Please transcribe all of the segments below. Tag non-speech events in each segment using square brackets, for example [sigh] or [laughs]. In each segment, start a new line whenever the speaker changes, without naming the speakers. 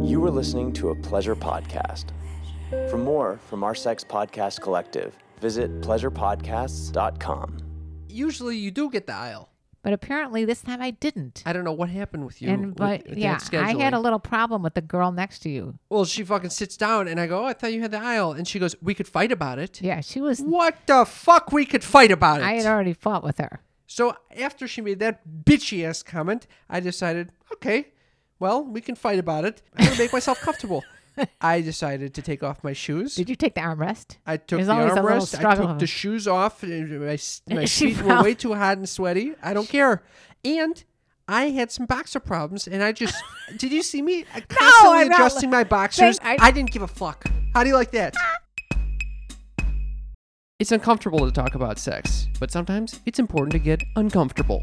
You are listening to a pleasure podcast. For more from our Sex Podcast Collective, visit pleasurepodcasts.com.
Usually you do get the aisle.
But apparently this time I didn't.
I don't know what happened with you.
and
with-
but
with
yeah,
that
I had a
scheduling.
little problem with the girl next to you.
Well, she fucking sits down, and I go, "Oh, I thought you had the aisle," and she goes, "We could fight about it."
Yeah, she was.
What the fuck? We could fight about it.
I had already fought with her.
So after she made that bitchy ass comment, I decided, okay, well, we can fight about it. I'm gonna make myself
[laughs]
comfortable. I decided to take off my shoes.
Did you take the armrest?
I took
There's
the
always a little
armrest. I
struggle.
took the shoes off. and My, s- my
[laughs] She
feet were
fell.
way too hot and sweaty. I don't care. And I had some boxer problems, and I
[laughs]
just did you see me I constantly
I'm not
adjusting my boxers?
saying-
I,
I-
didn't give a fuck. How do you like that? It's uncomfortable to talk about sex, but sometimes it's important to get uncomfortable.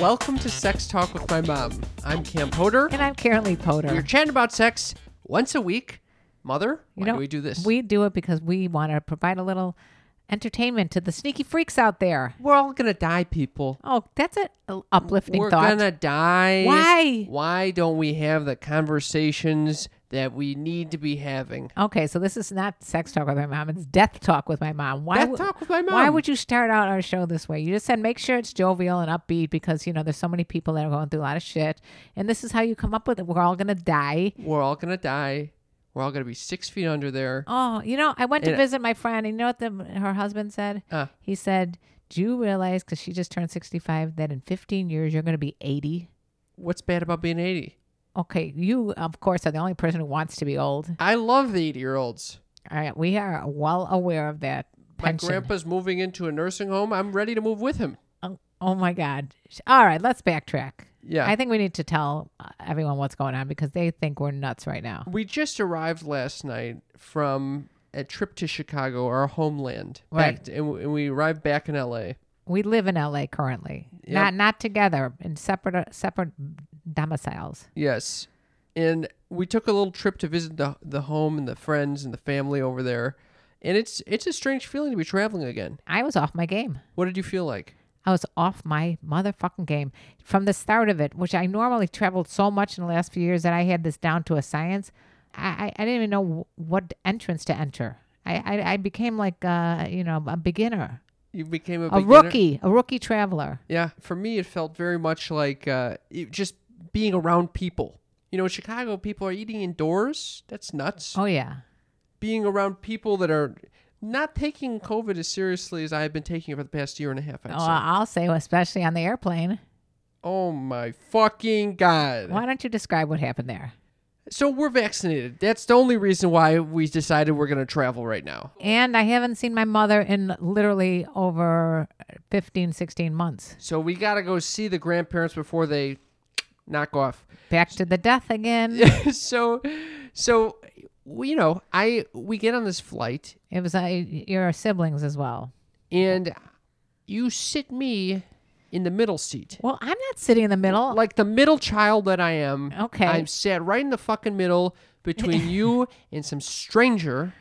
Welcome to Sex Talk with My Mom. I'm Cam Potter.
And I'm Karen Lee Potter.
We're chatting about sex once a week. Mother, why
know,
do we do this?
We do it because we want to provide a little entertainment to the sneaky freaks out there.
We're all gonna die, people.
Oh, that's an uplifting
We're
thought.
gonna die.
Why?
Why don't we have the conversations that we need to be having?
Okay, so this is not sex talk with my mom. It's death talk with my mom. Why
Death
would-
talk with my
Why
mom.
would you start out our show this way? You just said make sure it's jovial and upbeat because you know there's so many people that are going through a lot of shit, and this is how you come up with it. We're all gonna die.
We're all gonna die. We're all gonna be six feet under there.
Oh, you know, I went to
And-
visit my friend. And you know what the, her husband said?
Uh.
He said, "Do you realize because she just turned 65 that in 15 years you're gonna be 80?"
What's bad about being eighty?
Okay, you of course are the only person who wants to be old.
I love the eighty-year-olds.
All right, we are well aware of that.
My
pension.
grandpa's moving into a nursing home. I'm ready to move with him.
Oh, oh my God. All right, let's backtrack.
Yeah.
I think we need to tell uh, everyone what's going on because they think we're nuts right now.
we just arrived last night from a trip to Chicago, our homeland.
Right.
Back and, we- and we arrived back in L.A.
We live in LA currently,
Yep.
not not together in separate uh, separate domiciles.
Yes. And we took a little trip to visit the the home and the friends and the family over there. And it's it's a strange feeling to be traveling again.
I was off my game.
What did you feel like?
I was off my motherfucking game from the start of it, which I normally traveled so much in the last few years that I had this down to a science. I, I, I didn't even know w- what entrance to enter. I, I, I became like, uh, you know, a beginner,
You became a,
a
beginner?
rookie, a rookie traveler.
Yeah, for me it felt very much like uh, it, just being around people. You know, in Chicago people are eating indoors. That's nuts.
Oh, yeah.
Being around people that are not taking COVID as seriously as I have been taking it for the past year and a half. I'd
Oh,
say.
I'll say, especially on the airplane.
Oh my fucking god!
Why don't you describe what happened there?
So we're vaccinated. That's the only reason why we decided we're gonna travel right now.
And I haven't seen my mother in literally over 15, 16 months.
So we gotta go see the grandparents before they knock off. [laughs]
Back to the death [laughs] again.
so, so we- you know, I we get on this flight
It was uh, your siblings as well.
and you sit me in the middle seat.
Well, I'm not sitting in the middle.
Oh. Like the middle child that I am.
Okay.
I'm sat right in the fucking middle
[laughs]
between you and some stranger.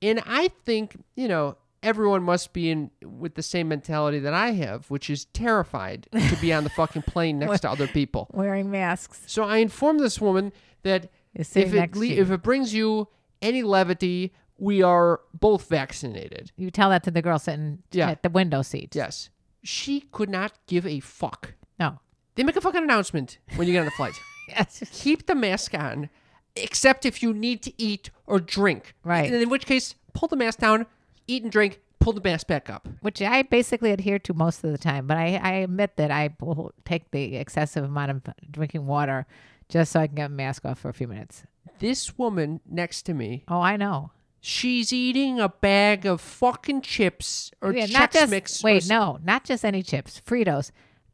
And I think, you know, everyone must be in with the same mentality that I have, which is terrified to be
[laughs]
on the fucking plane next to other people.
Wearing masks.
So I informed this woman that if
Is sitting
it,
next to
le-
you.
if it brings you any levity, we are both vaccinated.
You tell that to the girl sitting
Yeah.
at the window seat.
Yes. She could not give a fuck.
No.
They make a fucking announcement when you get on the flight.
Yes. [laughs]
Keep the mask on, except if you need to eat or drink.
Right.
And in which case, pull the mask down, eat and drink, pull the mask back up.
Which I basically adhere to most of the time, but I, I admit that I will take the excessive amount of drinking water just so I can get my mask off for a few minutes.
This woman next to me,
Oh, I know.
she's eating a bag of fucking chips or
Yeah,
Chex
not just
Mix. or
wait,
s-
no, not just any chips, Fritos,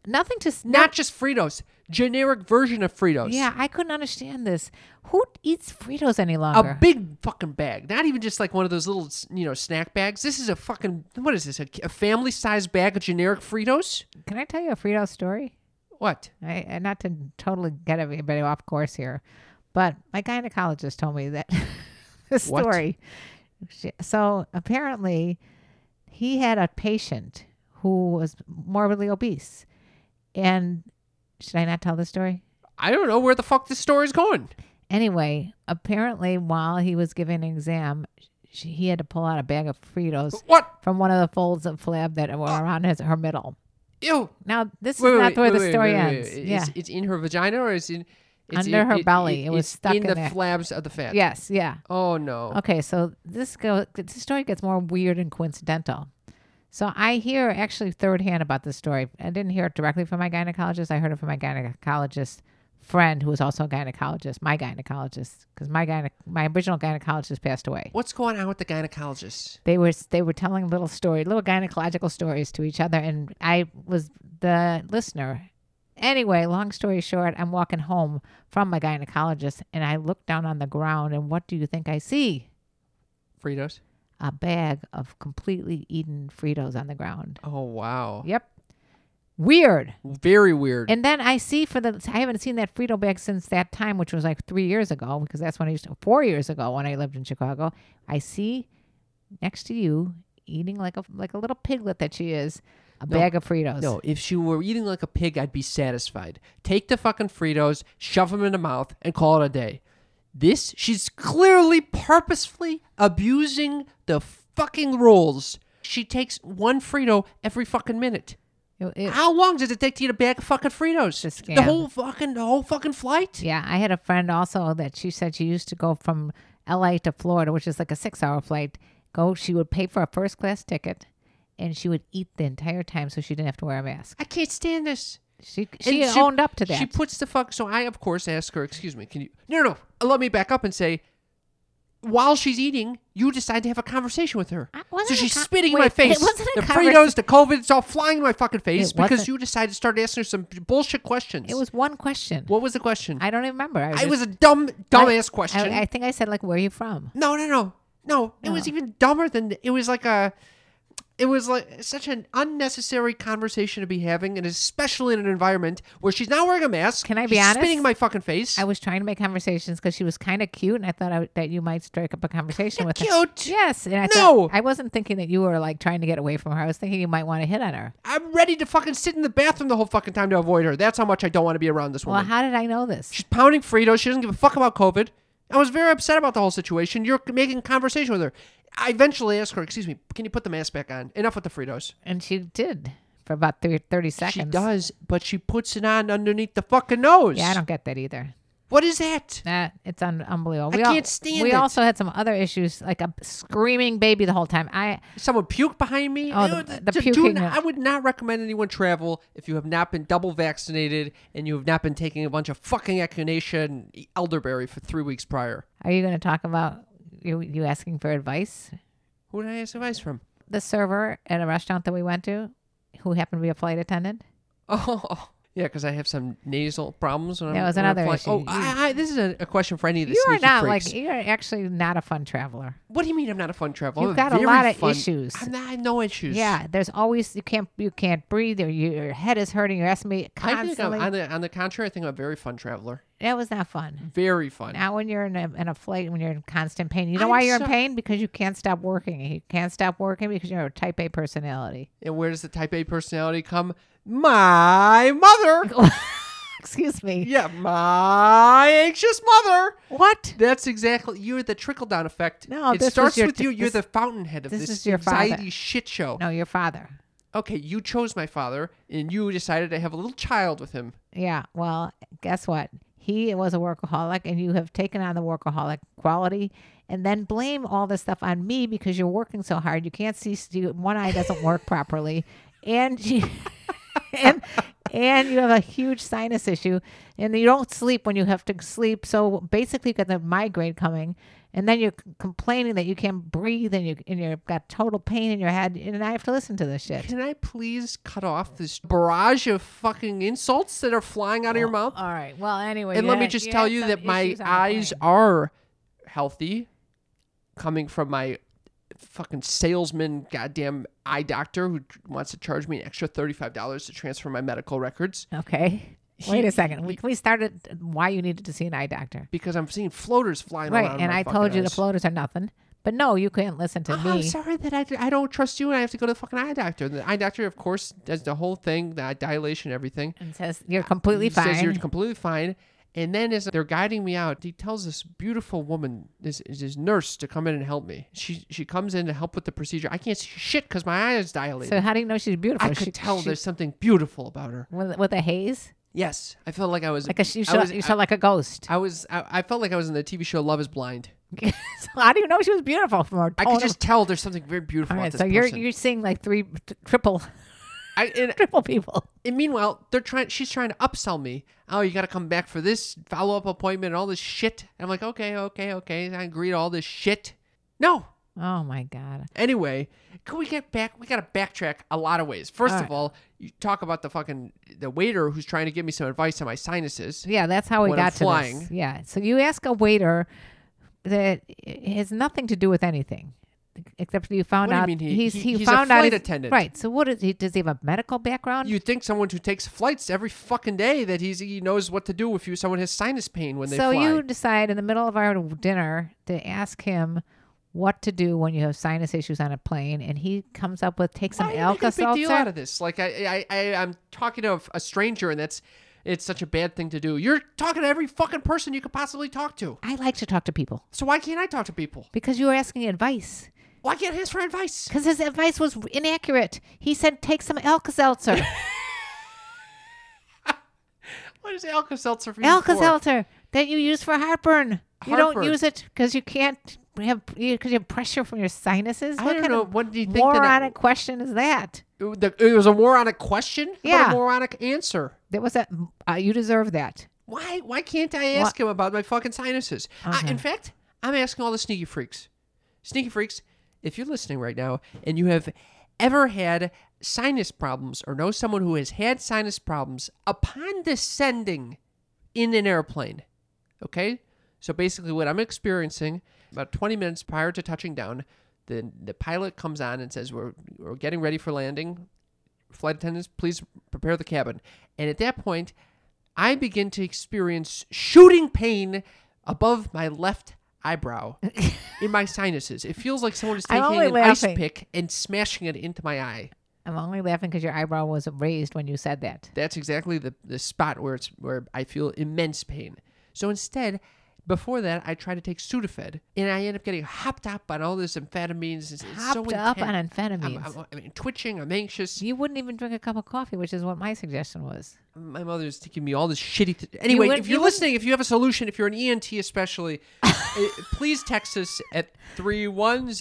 nothing to s-
Not just Fritos. generic version of Fritos.
Yeah, I couldn't understand this. Who eats Fritos any longer?
A big fucking bag, not even just like one of those little, s- you know, snack bags. This is a fucking what is this? A, a family-sized bag of generic Fritos?
Can I tell you a Frito story?
What?
I, and not to totally get everybody off course here, but my gynecologist told me that [laughs] the
What?
story. She- so apparently, he had a patient who was morbidly obese, and should I not tell the story?
I don't know where the fuck this story's going.
Anyway, apparently, while he was giving an exam, she, he had to pull out a bag of Fritos
What?
from one of the folds of flab that were around his, her middle.
Ew.
Now, this
Wait,
is
wait,
not
wait,
where
wait,
the
wait,
story
wait, wait,
ends.
wait.
Yeah.
It's, it's in her vagina or is in it's
Under
in-
her belly. It was
it's
stuck
in,
in
the
there.
flaps of the fat.
Yes. Yeah.
Oh no.
Okay, so this go this story gets more weird and coincidental. So I hear actually third hand about this story. I didn't hear it directly from my gynecologist. I heard it from my gynecologist friend, who was also a gynecologist, my gynecologist, because my gyne- my original gynecologist passed away.
What's going on with the gynecologist?
They were they were telling little story, little gynecological stories to each other, and I was the listener. Anyway, long story short, I'm walking home from my gynecologist, and I look down on the ground, and what do you think I see?
Fritos.
a bag of completely eaten Fritos on the ground.
Oh wow.
Yep. Weird.
Very weird.
And then I see for the I haven't seen that Frito bag since that time, which was like three years ago, because that's when I used to four years ago when I lived in Chicago. I see next to you eating like a like a little piglet that she is, a
No.
bag of Fritos.
no, if she were eating like a pig, I'd be satisfied. Take the fucking Fritos, shove them in the mouth, and call it a day. This, she's clearly purposefully abusing the fucking rules. She takes one Frito every fucking minute.
It- it-
How long does it take to eat a bag of fucking Fritos?
It's a
The
scam.
whole fucking the whole fucking flight.
yeah, I had a friend also that she said she used to go from LA to Florida, which is like a six hour flight. Go she would pay for a first class ticket and she would eat the entire time so she didn't have to wear a mask.
I can't stand this.
She she
And
owned up to that.
She puts the fuck. So I, of course, ask her, "Excuse me, can you?" No, no, no. Let me back up and say, while she's eating, you decide to have a conversation with her.
I-
So
wasn't it
she's
a con-
spitting in my
wait,
face.
it wasn't a
the
conversa-
Fritos, the COVID, it's all flying in my fucking face
It
because
wasn't-
you decided to start asking her some bullshit questions.
it was one question.
what was the question?
I don't even remember. I was,
It was a dumb, dumbass question.
I, I think I said like, "Where are you from?"
No, no, no, no. It was even dumber than it was like a. It was like such an unnecessary conversation to be having, and especially in an environment where she's not wearing a mask.
Can I be
she's
honest?
Spitting in my fucking face.
I was trying to make conversations because she was kind of cute, and I thought I would- that you might strike up a conversation with her.
Cute.
Yes, and I
No.
thought, I wasn't thinking that you were like trying to get away from her. I was thinking you might want to hit on her.
I'm ready to fucking sit in the bathroom the whole fucking time to avoid her. That's how much I don't want to be around this
Well,
woman.
how did I know this?
she's pounding Fritos. She doesn't give a fuck about COVID. I was very upset about the whole situation. You're making conversation with her. I eventually asked her, "Excuse me, can you put the mask back on? Enough with the Fritos."
And she did for about thir- thirty seconds.
She does, but she puts it on underneath the fucking nose.
Yeah, I don't get that either.
What is that?
Nah, it's un- unbelievable.
I
we al-
can't stand
We
it.
also had some other issues, like a screaming baby the whole time. I
someone puked behind me.
Oh,
Ew,
the-
th-
the
th- do
puking.
not- I would not recommend anyone travel if you have not been double vaccinated and you have not been taking a bunch of fucking echinacea and e- elderberry for three weeks prior.
Are you going to talk about you, you asking for advice?
Who did I ask advice from? [laughs]
The server at a restaurant that we went to, who happened to be a flight attendant.
Oh. Yeah, because I have some nasal problems. When
That
I'm,
was
when I'm
another
flying.
issue.
Oh, I, I, this is a, a question for any of the
You are
sneaky
not
freaks.
like you're actually not a fun traveler.
What do you mean I'm not a fun traveler?
You've
I'm
got a
very
lot of
fun-
issues.
I'm not, I have no issues.
Yeah, there's always you can't you can't breathe or you, your head is hurting. You're asking me
I think I'm,
constantly.
on, the, on the contrary, I think I'm a very fun traveler.
that was not fun.
Very fun.
Now when you're in a, in a flight when you're in constant pain, you
Mm.
know
I'm
why you're
so-
in pain because you can't stop working. You can't stop working because you're a Type A personality. [laughs]
And where does the type A personality come? My mother.
[laughs] Excuse me.
Yeah, my anxious mother.
What?
That's exactly you're the trickle down effect.
No,
it
this was
starts
your
with
t-
you. You're
this-
the fountainhead of
this
this,
is your father.
anxiety shit show.
No, your father.
Okay, you chose my father, and you decided to have a little child with him.
Yeah. Well, guess what? He was a workaholic, and you have taken on the workaholic quality, and then blame all this stuff on me because you're working so hard. You can't see you, one eye doesn't work properly, and [laughs] you, and and you have a huge sinus issue, and you don't sleep when you have to sleep. So basically, you got the migraine coming, and then you're c- complaining that you can't breathe and you and you've got total pain in your head, and I have to listen to this shit.
Can I please cut off this barrage of fucking insults that are flying out of your mouth?
All right. Well, anyway,
and
you
let me
had-
just
you
tell
had
you
some
that my
issues on the
eyes
plane.
are healthy coming from my fucking salesman goddamn eye doctor who wants to charge me an extra $35 to transfer my medical records [laughs]
Okay. Wait a second. We, we started uh, why you needed to see an eye doctor.
because I'm seeing floaters flying
Right.
around.
And
my
I
fucking
told you the
eyes.
floaters are nothing. But no, you couldn't listen to
Oh, I'm
me.
sorry that I, I don't trust you and I have to go to the fucking eye doctor. And the eye doctor, of course, does the whole thing, the dilation, everything.
And says you're completely
Uh, He
fine.
says you're completely fine. And then as they're guiding me out, he tells this beautiful woman, this, this nurse, to come in and help me. She she comes in to help with the procedure. I can't see shit because my eye is dilated.
so how do you know she's beautiful?
I could
She-
tell
she-
there's something beautiful about her.
with, with a haze,
Yes, I felt like I was
like a, you
I
saw,
was-
you saw like a ghost. [laughs]
I, I was I, I felt like I was in the TV show Love Is Blind.
so how do you know she was beautiful from her
I
tone
could
of-
just tell there's something very beautiful
Oh, All
about this
right, so you're
person.
you're seeing like three t- triple [laughs]
I, and,
triple people.
and meanwhile, they're trying. She's trying to upsell me. Oh, you got to come back for this follow up appointment and all this shit. I'm like, okay, okay, okay. I agree to all this shit. No,
Oh my god.
Anyway, can we get back? We got to backtrack a lot of ways. First of
Alright.
all, you talk about the fucking the waiter who's trying to give me some advice on my sinuses.
Yeah, that's how we
When I'm
got to
flying.
this. Yeah. So you ask a waiter that it has nothing to do with anything. Except you found
What do you
out
mean he-
he's,
he-
he
he's a
found out
flight
he's-
attendant.
Right. So what is he does he have a medical background?
You think someone who takes flights every fucking day that he's he knows what to do if you someone has sinus pain when they
so
fly.
you decide in the middle of our dinner to ask him what to do when you have sinus issues on a plane and he comes up with take some
Why you make a big deal out
Alka-Seltzer.
of this? Like I I, I I'm talking to a, a stranger and that's it's such a bad thing to do. You're talking to every fucking person you could possibly talk to.
I like to talk to people
So why can't I talk to people?
because you were asking advice.
Why can't I ask for advice?
Because his advice was inaccurate. He said, take some Alka Seltzer.
What is Alka Seltzer for? you
Alka
for?
Seltzer that you use for heartburn. You don't
Heartburn.
use it because you can't have because you have pressure from your sinuses.
I
What
don't
kind
know.
of
What do you think that it-
moronic question is that?
It- the, it was a moronic question. How about
Yeah.
a moronic answer.
That was a uh, you deserve that.
Why? Why can't I ask him about my fucking sinuses? I, in fact, I'm asking all the sneaky freaks. Sneaky freaks, if you're listening right now and you have ever had sinus problems or know someone who has had sinus problems upon descending in an airplane, okay? So basically, what I'm experiencing about 20 minutes prior to touching down, the the pilot comes on and says, "We're we're getting ready for landing. Flight attendants, please prepare the cabin." And at that point, I begin to experience shooting pain above my left
[laughs]
eyebrow in my sinuses. It feels like someone is
I'm
taking
only
an ice
laughing.
pick and smashing it into my eye.
I'm only laughing because your eyebrow was raised when you said that.
That's exactly the, the spot where it's where I feel immense pain. So instead, before that, I try to take Sudafed, and I end up getting hopped up on all this amphetamines. It's, it's so
Hopped up on
intense.
amphetamines.
I'm, I'm, I mean, twitching. I'm anxious.
you wouldn't even drink a cup of coffee, which is what my suggestion was.
My mother's giving me all this shitty. Th- anyway,
wouldn't-
if
you
you're
wouldn't-
listening, if you have a solution, if you're an ENT
[laughs]
especially, eh, please text us at 310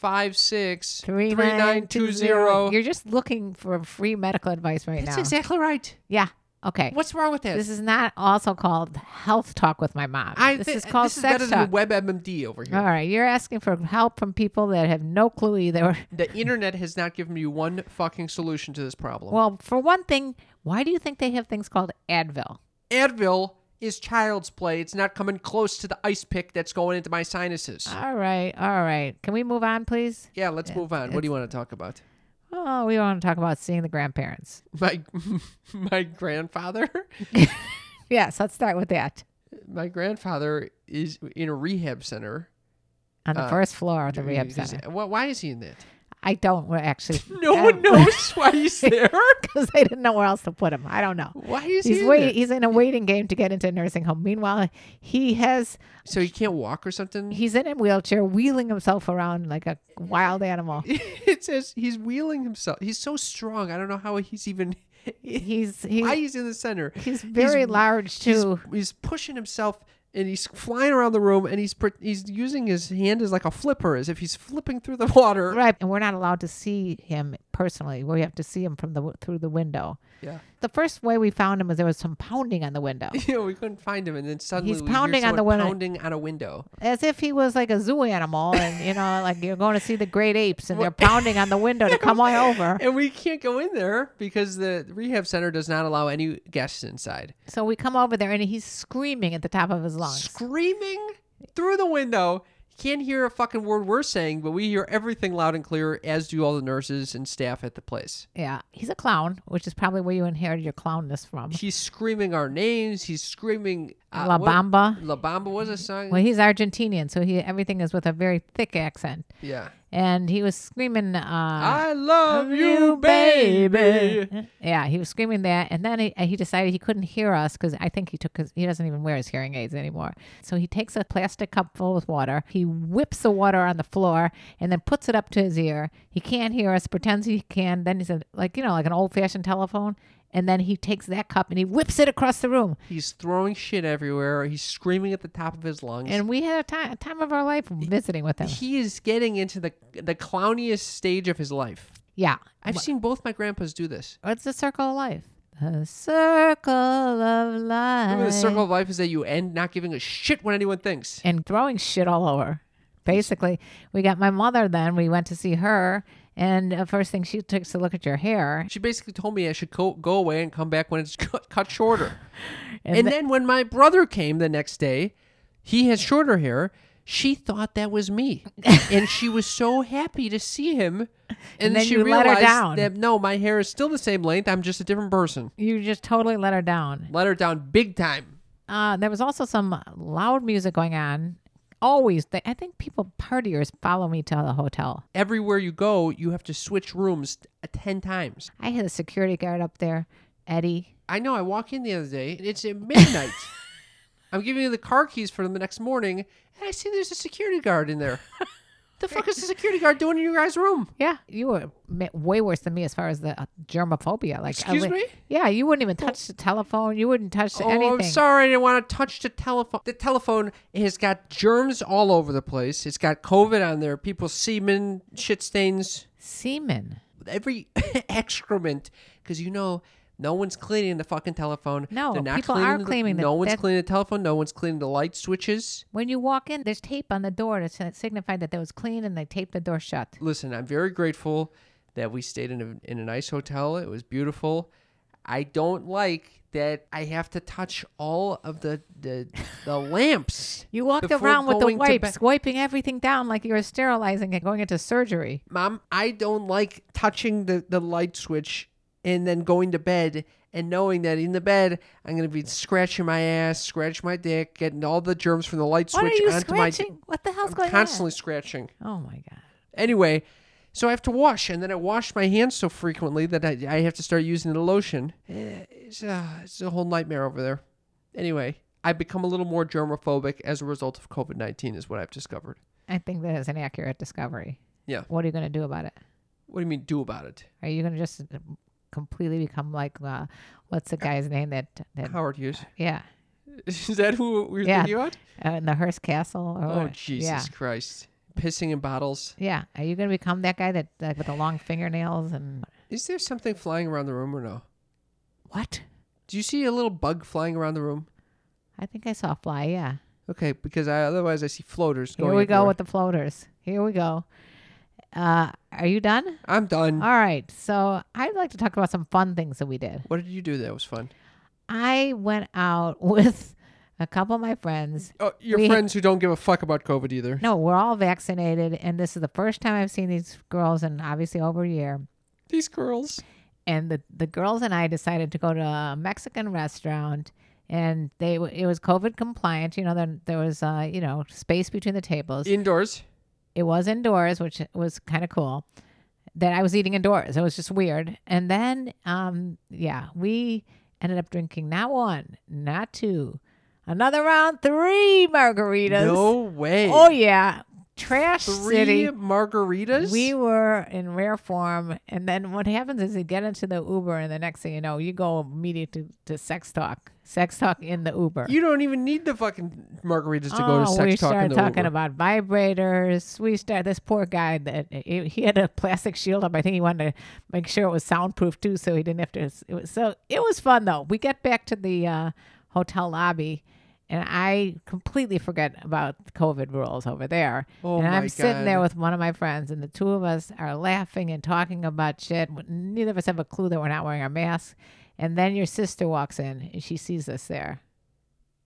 356
Three nine two zero. You're just looking for free medical advice right
That's
now.
exactly right.
yeah. Okay.
What's wrong with that?
This is not also called health talk with my mom.
I
this
thi-
is called
this is
sex
better
talk.
than WebMD over here.
All right, you're asking for help from people that have no clue either. [laughs]
The internet has not given you one fucking solution to this problem.
Well, for one thing, why do you think they have things called Advil?
Advil is child's play. It's not coming close to the ice pick that's going into my sinuses.
All right, all right. Can we move on, please?
yeah, let's move on. What do you want to talk about?
Oh, we want to talk about seeing the grandparents.
My [laughs] my grandfather.
Yes, let's start with that.
My grandfather is in a rehab center.
On the
Uh,
first floor of the rehab
He's-
center.
wh- Why is he in that?
I don't we're actually.
[laughs] No
[laughs]
one knows why [laughs] he's there.
because they didn't know where else to put him. I don't know.
Why is
he's
he in
wait.
there?
He's in a waiting game to get into a nursing home. Meanwhile, he has
So he can't walk or something.
he's in a wheelchair, wheeling himself around like a wild
[laughs]
animal.
It says he's wheeling himself. He's so strong. I don't know how he's even.
He's he's
Why he's in the center?
He's very large too.
He's, he's pushing himself and he's flying around the room and he's pr- he's using his hand as like a flipper as if he's flipping through the [laughs] water.
Right, and we're not allowed to see him personally, where you have to see him from the w- through the window.
Yeah. [laughs]
The first way we found him was there was some pounding on the [laughs] window,
Yeah, we couldn't find him, and then suddenly
He's
we hear
pounding on the
someone
window.
pounding on a window.
as if he was like a zoo animal, and you know, like you're going to see the great apes, [laughs] and they're pounding on the window [laughs] to come on over.
And we can't go in there because the rehab center does not allow any guests inside.
So we come over there, and he's screaming at the top of his lungs.
Screaming through the window. Can't hear a fucking word we're saying, but we hear everything loud and clear, as do all the nurses and staff at the place.
Yeah, he's a clown, which is probably where you inherited your clownness from.
He's screaming our names. He's screaming uh,
La
what-
Bamba.
La Bamba was a song.
Well, he's Argentinian, so he everything is with a very thick accent,
Yeah.
and he was screaming. Uh,
I love you, baby.
Yeah, he was screaming that, and then he, he decided he couldn't hear us because I think he took his, he doesn't even wear his hearing aids anymore. So he takes a plastic cup full with water, he whips the water on the floor, and then puts it up to his ear. He can't hear us, pretends he can. Then he's a, like you know like an old fashioned telephone, and then he takes that cup and he whips it across the room.
He's throwing shit everywhere. He's screaming at the top of his lungs.
And we had a time, a time of our life visiting with him.
he is getting into the the clowniest stage of his life.
Yeah.
I've seen both my grandpas do this.
What's the circle of life? The circle of life.
Remember, the circle of life is that you end not giving a shit what anyone thinks.
and throwing shit all over. Basically, we got my mother then. We went to see her, and the first thing she took is to look at your hair.
She basically told me I should go, go away and come back when it's [laughs] cut, cut shorter.
And
and then when my brother came the next day, he has shorter hair. She thought that was
[laughs]
me, and she was so happy to see him. And,
then
she
you let her
realized
down.
that no, my hair is still the same length. I'm just a different person.
You just totally let her down.
Let her down big time.
Uh, there was also some loud music going on. Always, they, I think people partiers follow me to the hotel.
Everywhere you go, you have to switch rooms t- uh, ten times.
I had a security guard up there, Eddie.
I know. I walk in the other day. and It's at
[laughs]
midnight. I'm giving you the car keys for the next morning, and I see there's a security guard in there. the fuck is the security guard doing in your guys' room?
Yeah, you were ma- way worse than me as far as the uh, germophobia. Like, I
Excuse
would-
me?
Yeah, you wouldn't even touch the telephone. You wouldn't touch anything.
Oh, I'm sorry. I didn't want to touch the telephone. The telephone has got germs all over the place. It's got COVID on there. People's semen, shit stains,
Semen.
every [laughs] excrement. Because you know, no one's cleaning the fucking telephone.
No,
They're not
people are cleaning
the,
the-
No one's
that-
cleaning the telephone. No one's cleaning the light switches.
When you walk in, there's tape on the door to s- signify that that was clean, and they taped the door shut.
listen, I'm very grateful that we stayed in a, in a nice hotel. It was beautiful. I don't like that I have to touch all of the the,
[laughs]
the lamps.
You walked
before
around with the
going to
wipes,
bed.
wiping everything down like you were sterilizing and going into surgery.
Mom, I don't like touching the, the light switch and then going to bed and knowing that in the bed I'm going to be scratching my ass, scratch my dick, getting all the germs from the light
What are
switch
you
onto my dick.
scratching? What the hell's going
Constantly scratching.
on? Oh my god!
Anyway, so I have to wash, and then I wash my hands so frequently that I, I have to start using the lotion. Eh, It's, uh, it's a whole nightmare over there. Anyway, I become a little more germophobic as a result of COVID 19, is what I've discovered.
I think that is an accurate discovery.
Yeah.
What are you going to do about it?
What do you mean, do about it?
Are you going to just uh, completely become like uh, what's the guy's name that that
Howard Hughes.
yeah
[laughs] Is that who we're
Yeah.
thinking about?
uh, in the Hearst Castle? Or
Oh,
what?
Jesus
Yeah.
Christ. Pissing in bottles.
Yeah. Are you going to become that guy that like, with the long fingernails and
Is there something flying around the room or no?
what?
Do you see a little bug flying around the room?
I think I saw a fly. Yeah.
Okay, because I otherwise I see floaters going.
Here we go
everywhere.
with the floaters. Here we go. Uh, are you done?
I'm done.
All right. So I'd like to talk about some fun things that we did.
what did you do that was fun?
I went out [laughs] with a couple of my friends.
Oh, your
We-
friends who don't give a fuck about COVID either.
No, we're all vaccinated, and this is the first time I've seen these girls in obviously over a year.
These girls.
And the, the girls and I decided to go to a Mexican restaurant, and they w- it was COVID compliant. You know, there, there was uh, you know space between the tables.
Indoors.
it was indoors, which was kind of cool. That I was eating indoors. It was just weird. And then, um, yeah, we ended up drinking not one, not two, another round, three margaritas.
No way.
Oh yeah, trash
Three
city.
margaritas.
We were in rare form, and then what happens is you get into the Uber, and the next thing you know, you go immediately to, to sex talk, sex talk in the Uber.
you don't even need the fucking margaritas to go to sex
Oh,
talk
we
in
started
the
talking
Uber.
about vibrators. We start this poor guy that he he had a plastic shield up. I think he wanted to make sure it was soundproof too, so he didn't have to. It was, so it was fun though. We get back to the uh, hotel lobby, and I completely forget about COVID rules over there.
Oh,
and
my
I'm sitting there
God.
with one of my friends, and the two of us are laughing and talking about shit. Neither of us have a clue that we're not wearing our masks. And then your sister walks in, and she sees us there.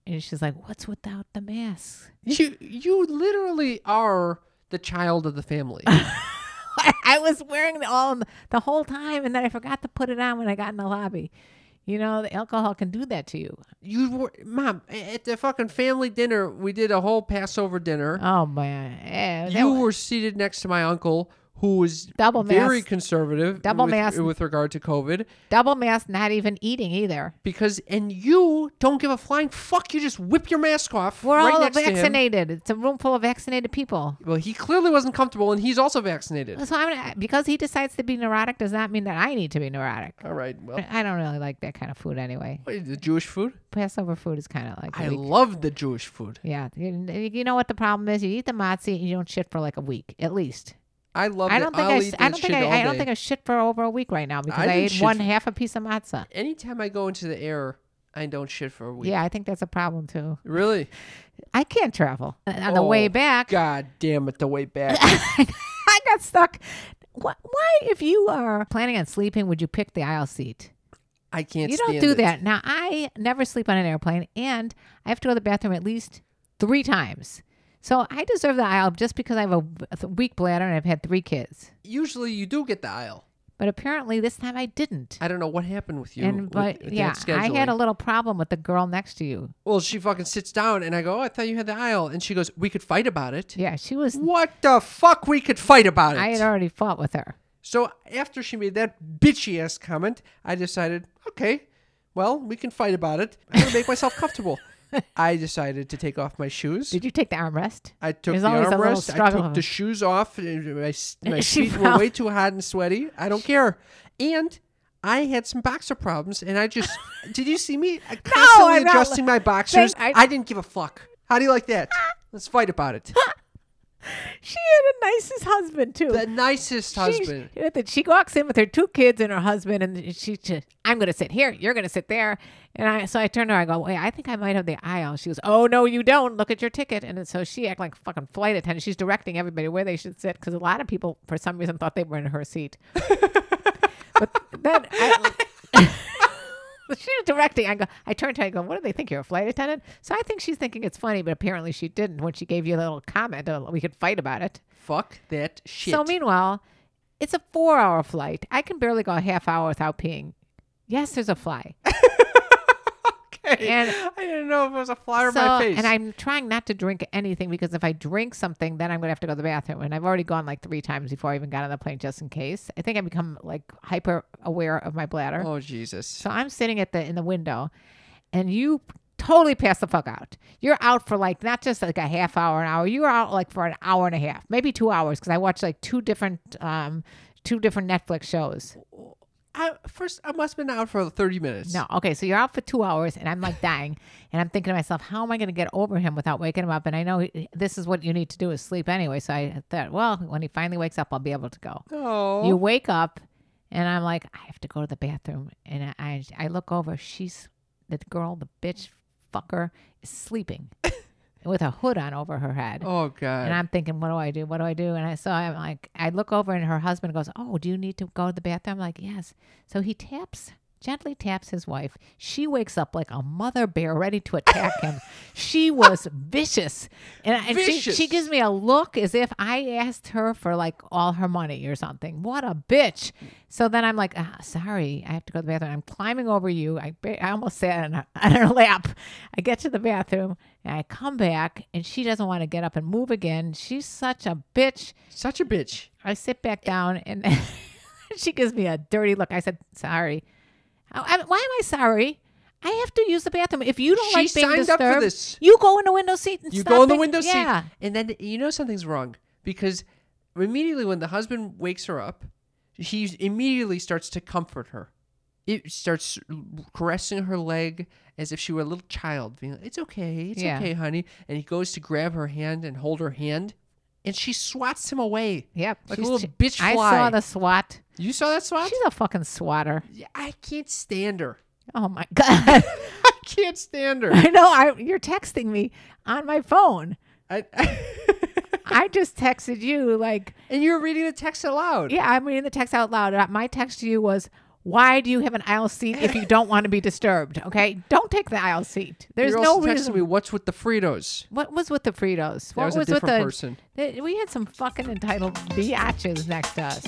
And she's like, "What's without the masks?"
you you literally are the child of the
[laughs]
family.
[laughs] I was wearing it all the whole time, and then I forgot to put it on when I got in the lobby. You know, the alcohol can do that to you.
you were mom at the fucking family dinner. We did a whole Passover dinner.
Oh man, Eh, that
you
wa-
were seated next to my uncle, who was
Double
very
masked.
conservative,
Double
with,
masked.
with regard to COVID.
double mask, not even eating either.
Because and you don't give a flying fuck. You just whip your mask off.
We're
right
all
next to him.
vaccinated. It's a room full of vaccinated people.
Well, he clearly wasn't comfortable, and he's also vaccinated.
So I'm gonna, because he decides to be neurotic does not mean that I need to be neurotic.
All right. Well,
I don't really like that kind of food anyway.
wait, the Jewish food.
Passover food is kind of like a
I
weak-
love the Jewish food.
yeah. You, you know what the problem is? You eat the matzah and you don't shit for like a week at least.
I love.
I
it.
don't think
I'll
I,
eat
s- I
that
don't
shit
think
all
I, I don't
day.
think I shit for over a week right now because
I
I,
didn't
ate
shit
one
for-
half a piece of matzah.
Anytime I go into the air, I don't shit for a week.
Yeah, I think that's a problem too.
Really?
I can't travel Uh, on the way
Oh,
back.
God damn it, the way back.
[laughs] I got stuck. Why, why, if you are planning on sleeping, would you pick the aisle seat?
I can't
you don't
stand
do
it.
that. Now, I never sleep on an airplane, and I have to go to the bathroom at least three times. So I deserve the aisle just because I have a, a weak bladder and I've had three kids.
Usually you do get the aisle.
But apparently, this time I didn't.
I don't know what happened with you.
and
with-
but
with
yeah,
that
I had a
scheduling.
little problem with the girl next to you.
Well, she fucking sits down and I go, oh, I thought you had the aisle. And she goes, we could fight about it.
Yeah, she was.
What the fuck? We could fight about it.
I had already fought with her.
so after she made that bitchy ass comment, I decided, okay, well, we can fight about it. I'm going to make myself
[laughs]
comfortable. I decided to take off my shoes.
Did you take the armrest?
I took
There's
the
always a little
armrest. I
struggle.
took the shoes off. and My,
[laughs]
s- my
She
feet were
fell.
way too hot and sweaty. I don't care. And I had some boxer problems, and I
[laughs]
just did you see me I constantly
I'm not
adjusting my boxers?
Thank-
I,
I-
didn't give a fuck. How do you like
[laughs]
that? Let's fight about it.
She had the nicest [laughs] husband too.
The nicest husband.
She, she walks in with her two kids and her husband, and she just, I'm going to sit here. You're going to sit there. And I, so I turn to her. I go, wait, I think I might have the aisle. She goes, oh no, you don't. Look at your ticket. And so she act like a fucking flight attendant. She's directing everybody where they should sit because a lot of people, for some reason, thought they were in her seat. but then I, [laughs] she was directing. I go. I turned to her. I go. What do they think? You're a flight attendant. So I think she's thinking it's funny, but apparently she didn't. When she gave you a little comment, uh, we could fight about it.
Fuck that shit.
So meanwhile, it's a four-hour flight. I can barely go a half hour without peeing. Yes, there's a fly.
okay.
and-
[laughs] I didn't know if it was a fly or
so,
my face.
and I'm trying not to drink anything because if I drink something, then I'm gonna have to go to the bathroom. And I've already gone like three times before I even got on the plane, just in case. I think I become like hyper aware of my bladder.
oh Jesus.
So I'm sitting at the in the window, and you totally pass the fuck out. You're out for like not just like a half hour, an hour. You're out like for an hour and a half, maybe two hours, because I watched like two different um two different Netflix shows.
I, first, I must have been out for thirty minutes.
No, okay, so you're out for two hours, and I'm like dying, and I'm thinking to myself, how am I going to get over him without waking him up? And I know he- this is what you need to do is sleep anyway. So I thought, well, when he finally wakes up, I'll be able to go.
Oh.
You wake up, and I'm like, I have to go to the bathroom. And I, I, I look over. She's the girl, the bitch fucker, is sleeping with a hood on over her head.
oh God.
And I'm thinking, what do I do? What do I do? And I so I'm like, I look over, and her husband goes, "Oh, do you need to go to the bathroom?" I'm like, "Yes." So he taps, gently taps his wife. She wakes up like a mother bear, ready to attack him. she was vicious, and, and She,
Vicious.
she gives me a look as if I asked her for like all her money or something. What a bitch! So then I'm like, ah, "Sorry, I have to go to the bathroom." I'm climbing over you. I ba- I almost sat on her, [laughs] on her lap. I get to the bathroom. And I come back and she doesn't want to get up and move again. She's such a bitch.
Such a bitch.
I sit back down and [laughs] she gives me a dirty look. I said, Sorry. I, I- why am I sorry? I have to use the bathroom. If you don't
She
like being
signed up
disturbed,
for this.
you go in the window seat. [laughs] And
You
stop
go in the
it.
window
Yeah.
seat, and then you know something's wrong because immediately when the husband wakes her up, he immediately starts to comfort her. It starts caressing her leg as if she were a little child, being like, "It's okay, it's
Yeah.
okay, honey." And he goes to grab her hand and hold her hand, and she swats him away.
Yep.
like
she's-
a little bitch fly.
I saw the SWAT.
You saw that swat?
She's a fucking swatter.
Yeah, I can't stand her. [laughs]
Oh my god.
I can't stand her.
[laughs] I know. I you're texting me on my phone.
I, I- [laughs]
I just texted you like,
and you were reading the text aloud.
yeah, I'm reading the text out loud. Uh, My text to you was, "Why do you have an aisle seat if you don't want to be disturbed?" Okay, don't take the aisle seat. There's
You're
no
also
reason.
texting me. What's with the Fritos?
What was with the Fritos? What
was a
with
different
the
person.
Th- we had some fucking entitled biatches next to us.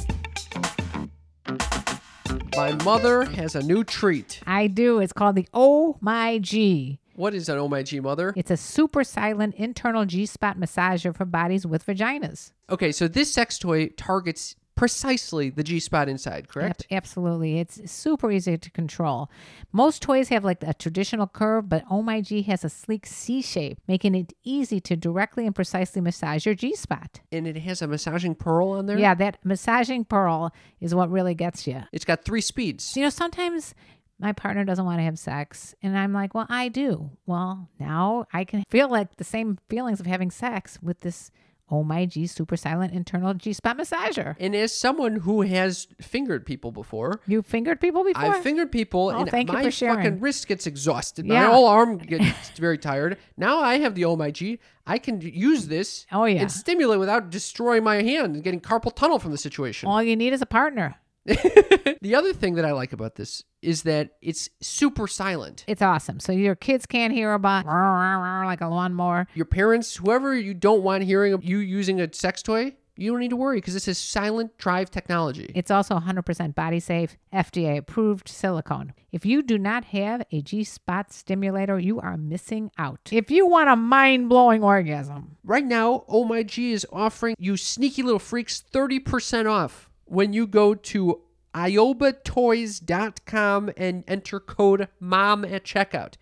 My mother has a new treat.
I do. It's called the Oh My G.
What is an oh my g mother?
It's a super silent internal G spot massager for bodies with vaginas.
Okay, so this sex toy targets precisely the G spot inside, correct?
Ab- absolutely. It's super easy to control. Most toys have like a traditional curve, but Oh My G has a sleek C shape, making it easy to directly and precisely massage your G spot.
And it has a massaging pearl on there.
Yeah, that massaging pearl is what really gets you.
It's got three speeds.
You know, sometimes my partner doesn't want to have sex, and I'm like, well, I do. Well, now I can feel like the same feelings of having sex with this Oh My G super silent internal G spot massager.
And as someone who has fingered people before,
You fingered people before?
I've fingered people
Oh,
and
thank you
my
for sharing.
fucking wrist gets exhausted. My
Yeah.
whole
[laughs]
arm gets very tired. Now I have the oh my g. I can use this
Oh, yeah.
and stimulate without destroying my hand and getting carpal tunnel from the situation.
All you need is a partner.
The other thing that I like about this is that it's super silent.
It's awesome. So your kids can't hear about like a lawnmower.
Your parents, whoever you don't want hearing you using a sex toy, you don't need to worry because this is silent drive technology.
It's also 100% body safe, FDA approved silicone. If you do not have a G spot stimulator, you are missing out. If you want a mind blowing orgasm,
Right now, Oh My G is offering you sneaky little freaks 30% off when you go to iobatoys.com and enter code MOM at checkout.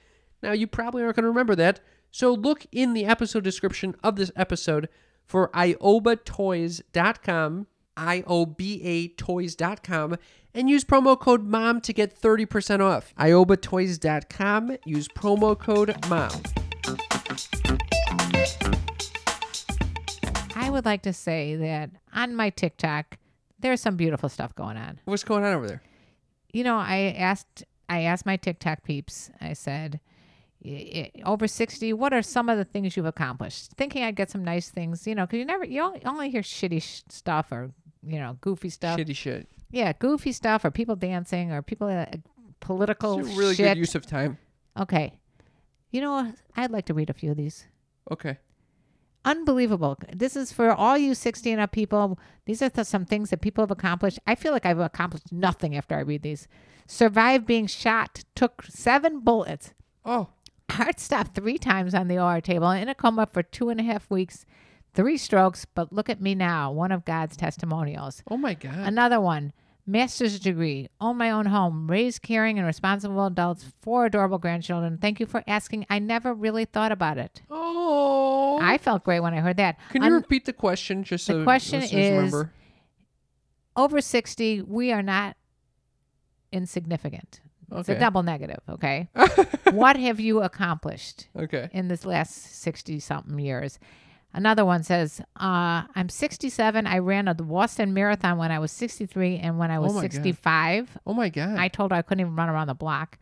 Now, you probably aren't going to remember that, so look in the episode description of this episode for iobatoys.com, iobatoys.com, and use promo code MOM to get 30% off. iobatoys.com, use promo code MOM.
I would like to say that on my TikTok, there's some beautiful stuff going on.
What's going on over there?
you know i asked i asked my tiktok peeps i said "I- I- over 60 what are some of the things you've accomplished thinking i'd get some nice things you know because you never you only, only hear shitty sh- stuff or you know goofy stuff
Shitty shit.
yeah goofy stuff or people dancing or people uh, political
It's a really
shit
good use of time.
okay you know i'd like to read a few of these
Okay.
unbelievable. This is for all you 60 and up people. These are th- some things that people have accomplished. I feel like I've accomplished nothing after I read these. Survived being shot, took seven bullets, [laughs]
Oh,
heart stopped three times on the OR table, in a coma for two and a half weeks, three strokes. But look at me now, one of God's testimonials.
oh my God.
Another one. Master's degree, own my own home, raise caring and responsible adults, four adorable grandchildren. Thank you for asking. I never really thought about it.
oh.
I felt great when I heard that.
Can you
Un-
repeat the question just
The
so
question
listeners
is-
remember?
over 60, we are not insignificant. It's a
Okay.
double negative,
[laughs]
okay? what have you accomplished
Okay.
in this last 60 something years? Another one says, uh, I'm 67. I ran a Boston Marathon when I was 63, and when I was
Oh my God.
65,
Oh my God.
I told her I couldn't even run around the block.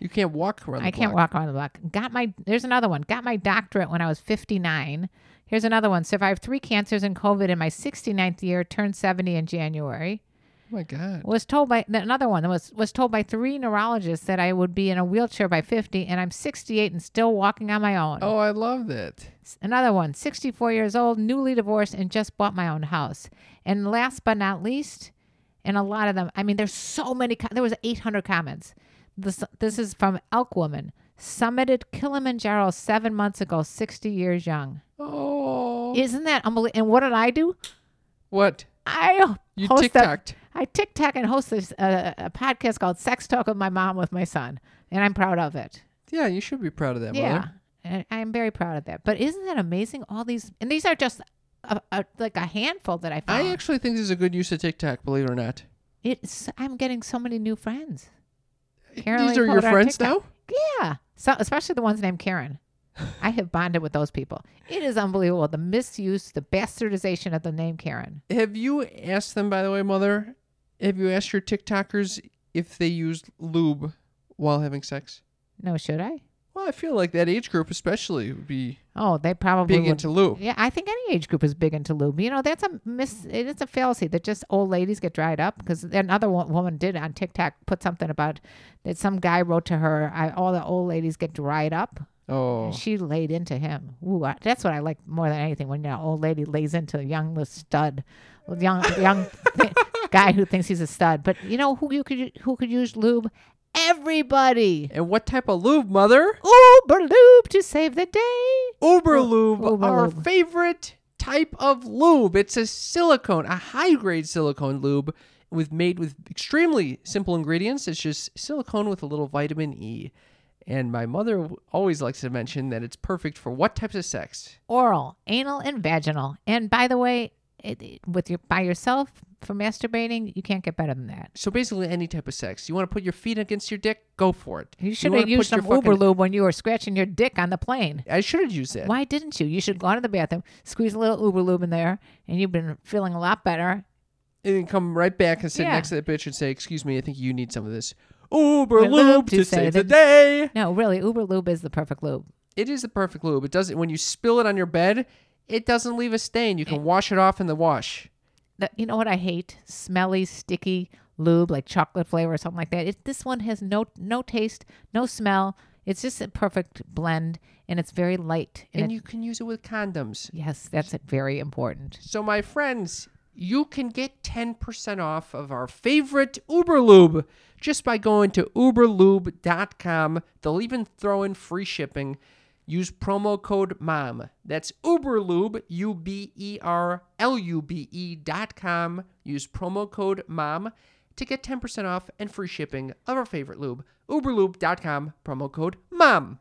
you can't walk around the
I can't
block.
walk around the block. Got my there's another one. Got my doctorate when I was 59. Here's another one. Survived three cancers and COVID in my 69th year. Turned 70 in January
Oh my God.
was told by th- another one was was told by three neurologists that I would be in a wheelchair by 50 and I'm 68 and still walking on my own.
Oh, I love that.
S- Another one, 64 years old, newly divorced and just bought my own house. And last but not least, and a lot of them, I mean there's so many co- there was 800 comments. This this is from Elk Woman. Summited Kilimanjaro 7 months ago, 60 years young.
Oh.
Isn't that unbelievable? And what did I do?
what?
I
You
host a-
TikToked.
I TikTok and host this, uh, a podcast called Sex Talk with My Mom with my son. and I'm proud of it.
Yeah, you should be proud of that,
Yeah,
mother.
and I'm very proud of that. But isn't that amazing? All these, and these are just a, a, like a handful that I found.
I actually think this is a good use of TikTok, believe it or not.
it's I'm getting so many new friends. Caroline
These are your
Code on
friends
TikTok.
now?
Yeah. So especially the ones named Karen. I have bonded with those people. It is unbelievable the misuse, the bastardization of the name Karen.
Have you asked them, by the way, mother? Have you asked your TikTokers if they used lube while having sex?
No, should I?
Well, I feel like that age group, especially, would be
Oh, they probably
big
would.
into lube.
yeah, I think any age group is big into lube. You know, that's a mis. It's a fallacy that just old ladies get dried up because another wo- woman did on TikTok put something about that some guy wrote to her. I, all the old ladies get dried up.
Oh,
And she laid into him. Ooh, I, that's what I like more than anything. When an old lady lays into a young little stud, a young young [laughs] guy who thinks he's a stud. But you know who you could who could use lube? Everybody.
and what type of lube, mother?
Uber lube to save the day.
Uber lube,
Uber
our
lube.
favorite type of lube. It's a silicone, a high-grade silicone lube with made with extremely simple ingredients. It's just silicone with a little vitamin E. And my mother w- always likes to mention that it's perfect for what types of sex?
Oral, anal, and vaginal. And by the way, it, it- with your by yourself for masturbating, you can't get better than that.
So basically, any type of sex. You want to put your feet against your dick? Go for it.
You should
wanna
have used
put
some
your
Uber
fucking-
lube when you were scratching your dick on the plane.
I should have used that.
Why didn't you? You should go out to the bathroom, squeeze a little Uber lube in there, and you've been feeling a lot better.
And then come right back and sit
Yeah.
next to that bitch and say, "Excuse me, I think you need some of this Uber
lube
lube to save the day."
No, really, Uber lube is the perfect lube.
It is the perfect lube. It doesn't. When you spill it on your bed, it doesn't leave a stain. You can wash it off in the wash.
The- you know what I hate? Smelly, sticky lube like chocolate flavor or something like that. It, this one has no no taste, no smell. It's just a perfect blend, and it's very light. And,
And
it-
you can use it with condoms.
yes, that's very important.
So, my friends, you can get 10% off of our favorite Uber Lube just by going to uberlube.com. They'll even throw in free shipping. Use promo code MOM. That's uberlube, U B E R L U B E dot com. Use promo code MOM to get 10% off and free shipping of our favorite lube. Uberlube.com, promo code MOM.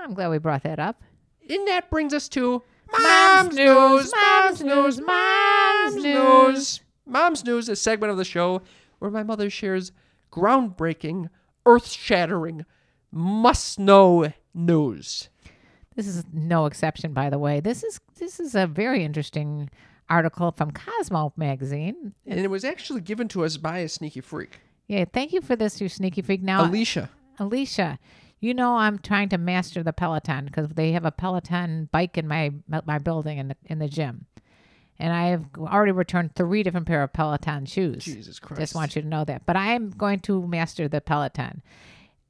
I'm glad we brought that up.
And that brings us to
Mom's News, Mom's News, Mom's News.
Mom's News, a segment of the show where my mother shares groundbreaking, earth shattering, must know news.
This is no exception, by the way. This is this is a very interesting article from Cosmo magazine.
And it was actually given to us by a sneaky freak,
Yeah, thank you for this, you sneaky freak. Now,
Alicia.
Alicia, you know I'm trying to master the Peloton because they have a Peloton bike in my my building in the in the gym, and I have already returned three different pair of Peloton shoes.
Jesus Christ.
Just want you to know that. But I am going to master the Peloton.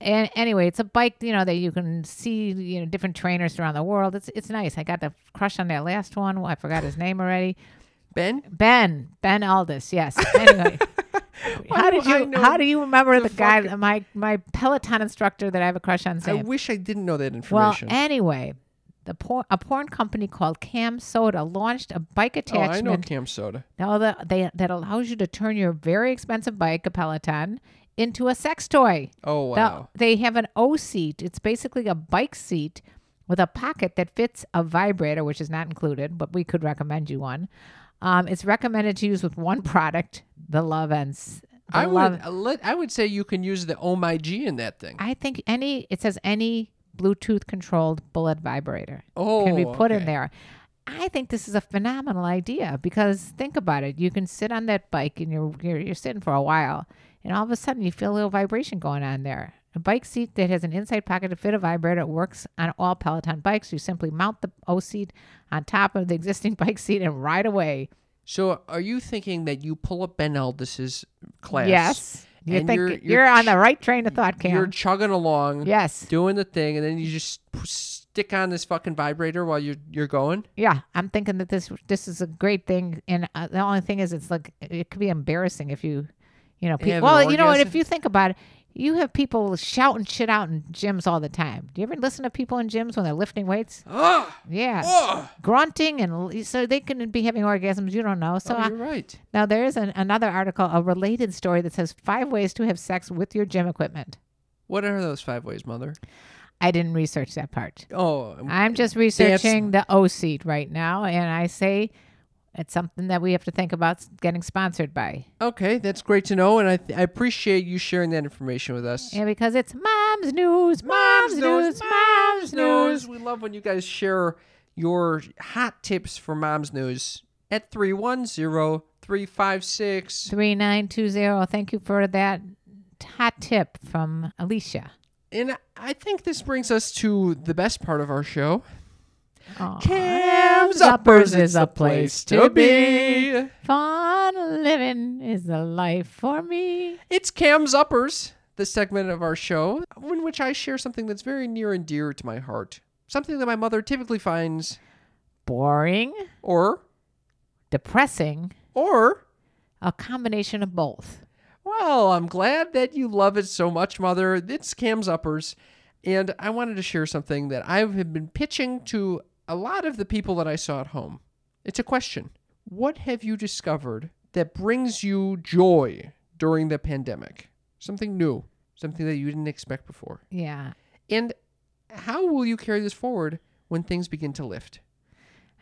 And anyway, it's a bike, you know, that you can see, you know, different trainers around the world. It's it's nice. I got the crush on that last one. I forgot his name already.
ben?
Ben, Ben
[laughs]
Aldis. Yes. Anyway, how
do
did
I
you
know
how do you remember
the
the, guy my my Peloton instructor that I have a crush on?
I
Sam?
wish I didn't know that
Well,
information.
anyway, the por- a porn company called Cam Soda launched a bike
oh, I know
attachment.
Cam Soda.
now that they that allows you to turn your very expensive bike, a Peloton, into a sex toy.
Oh,
The-
wow.
they have an O seat. It's basically a bike seat with a pocket that fits a vibrator, which is not included, but we could recommend you one. Um, it's recommended to use with one product, the Love Ends. The
I
Love-
would, I let- I would say you can use the Oh My G in that thing.
I think any. It says any Bluetooth controlled bullet vibrator
oh,
can be put
okay.
in there. I think this is a phenomenal idea because think about it. You can sit on that bike and you're you're, you're sitting for a while, and all of a sudden you feel a little vibration going on there. A bike seat that has an inside pocket to fit a vibrator it works on all Peloton bikes. You simply mount the O seat on top of the existing [laughs] bike seat and ride away.
So, are you thinking that you pull up Ben Aldis's class?
Yes, you
And
think
you're-
you're,
you're
on
ch-
the right train of thought, Cam.
You're chugging along,
yes,
doing the thing, and then you just p- stick on this fucking vibrator while you're you're going.
yeah. I'm thinking that this this is a great thing, and uh, the only thing is, it's like it could be embarrassing if you, you know,
have
people.
an
Well, you know, and
orgasm?
if you think about it, you have people shouting shit out in gyms all the time. Do you ever listen to people in gyms when they're lifting weights?
[gasps] Ah,
Yeah,
oh,
grunting and l- so they can be having orgasms. You don't know. So I-
Oh, you're right.
now there is an, another article, a related story that says five ways to have sex with your gym equipment.
What are those five ways, mother?
I didn't research that part.
Oh, um,
I'm just researching the O seed right now, and I say it's something that we have to think about getting sponsored by.
okay. That's great to know, and I, th- I appreciate you sharing that information with us.
Yeah, because it's mom's news, mom's, news, mom's news.
We love when you guys share your hot tips for mom's news at 310 356.
3920. Thank you for that hot tip from Alicia.
And I think this brings us to the best part of our show.
Aw.
Cam's
Uppers is a place to
be.
Fun living is the life for me.
It's Cam's Uppers, the segment of our show in which I share something that's very near and dear to my heart. Something that my mother typically finds
Boring,
or
depressing,
or
a combination of both.
Well, I'm glad that you love it so much, Mother. It's Cam's Uppers. And I wanted to share something that I have been pitching to a lot of the people that I saw at home. It's a question What have you discovered that brings you joy during the pandemic? Something new, something that you didn't expect before.
Yeah.
And how will you carry this forward when things begin to lift?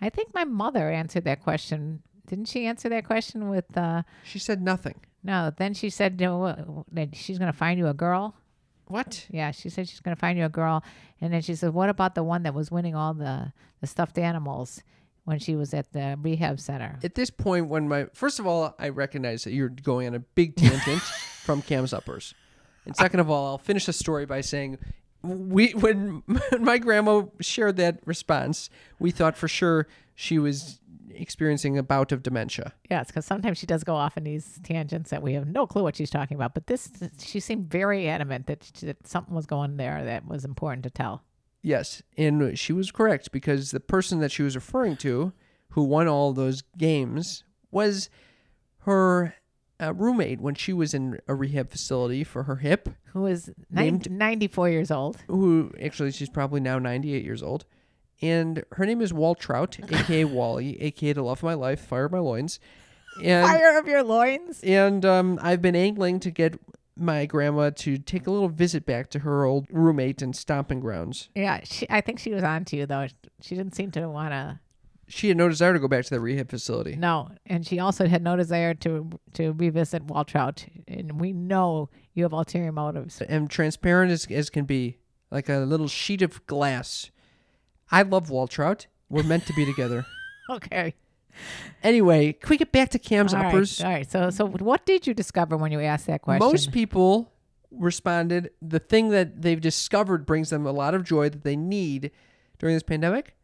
I think my mother answered that question. Didn't she answer that question with, uh,
She said nothing.
no, then she said no, that she's going to find you a girl.
What?
Yeah, she said she's going to find you a girl. And then she said, what about the one that was winning all the, the stuffed animals when she was at the rehab center?
at this point when my first of all i recognize that you're going on a big tangent from cam's uppers and second of all i'll finish the story by saying we when [laughs] my grandma shared that response we thought for sure she was experiencing a bout of dementia
Yes, because sometimes she does go off in these tangents that we have no clue what she's talking about. But this, she seemed very adamant that, she, that something was going there that was important to tell.
yes and she was correct because the person that she was referring to who won all those games was her uh, roommate when she was in a rehab facility for her hip
Who is nine, 94 years old.
who actually she's probably now 98 years old and her name is wall
[laughs]
trout aka wally aka the love of my life fire of my loins and
Fire of your loins.
and um, i've been angling to get my grandma to take a little visit back to her old roommate and stomping grounds
Yeah, she, I think she was on to you, though. She didn't seem to want to.
she had no desire to go back to that rehab facility
No. And she also had no desire to to revisit Waltrout. And we know you have ulterior motives. [laughs]
am transparent as, as can be, like a little sheet of glass. I love Waltrout. We're meant to be
[laughs]
together.
Okay.
Anyway, can we get back to Cam's
All right,
uppers?
all right. So, so what did you discover when you asked that question?
Most people responded the thing that they've discovered brings them a lot of joy that they need during this pandemic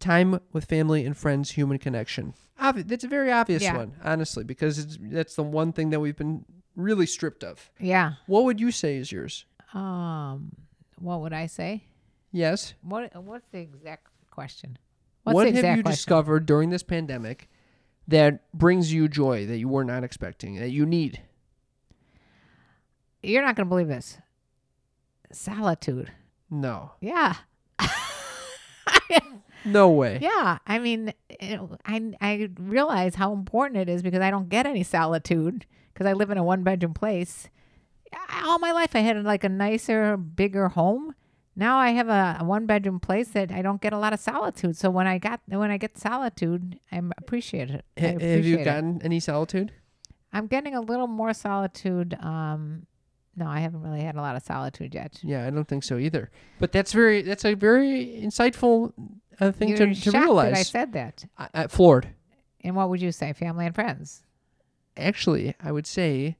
time with family and friends, human connection. Obvi- that's a very obvious
Yeah.
one, honestly, because it's, that's the one thing that we've been really stripped of.
Yeah.
What would you say is yours?
Um, what would I say?
Yes.
What What's the exact question?
what have you discovered during this pandemic that brings you joy that you were not expecting, that you need?
You're not going to believe this. Solitude.
No.
Yeah. [laughs]
No way.
yeah. I mean, you know, I I realize how important it is because I don't get any solitude because I live in a one bedroom place. I- All my life I had like a nicer, bigger home. Now I have a, a one bedroom place that I don't get a lot of solitude. So when I got when I get solitude, I'm appreciate it. I
Ha- have
appreciate
you
it.
gotten any solitude?
I'm getting a little more solitude. Um, no, I haven't really had a lot of solitude yet.
Yeah, I don't think so either. But that's very that's a very insightful uh, thing
You're
to, to
shocked that I
realize.
said that.
I, I, floored.
And what would you say, family and friends?
Actually, I would say,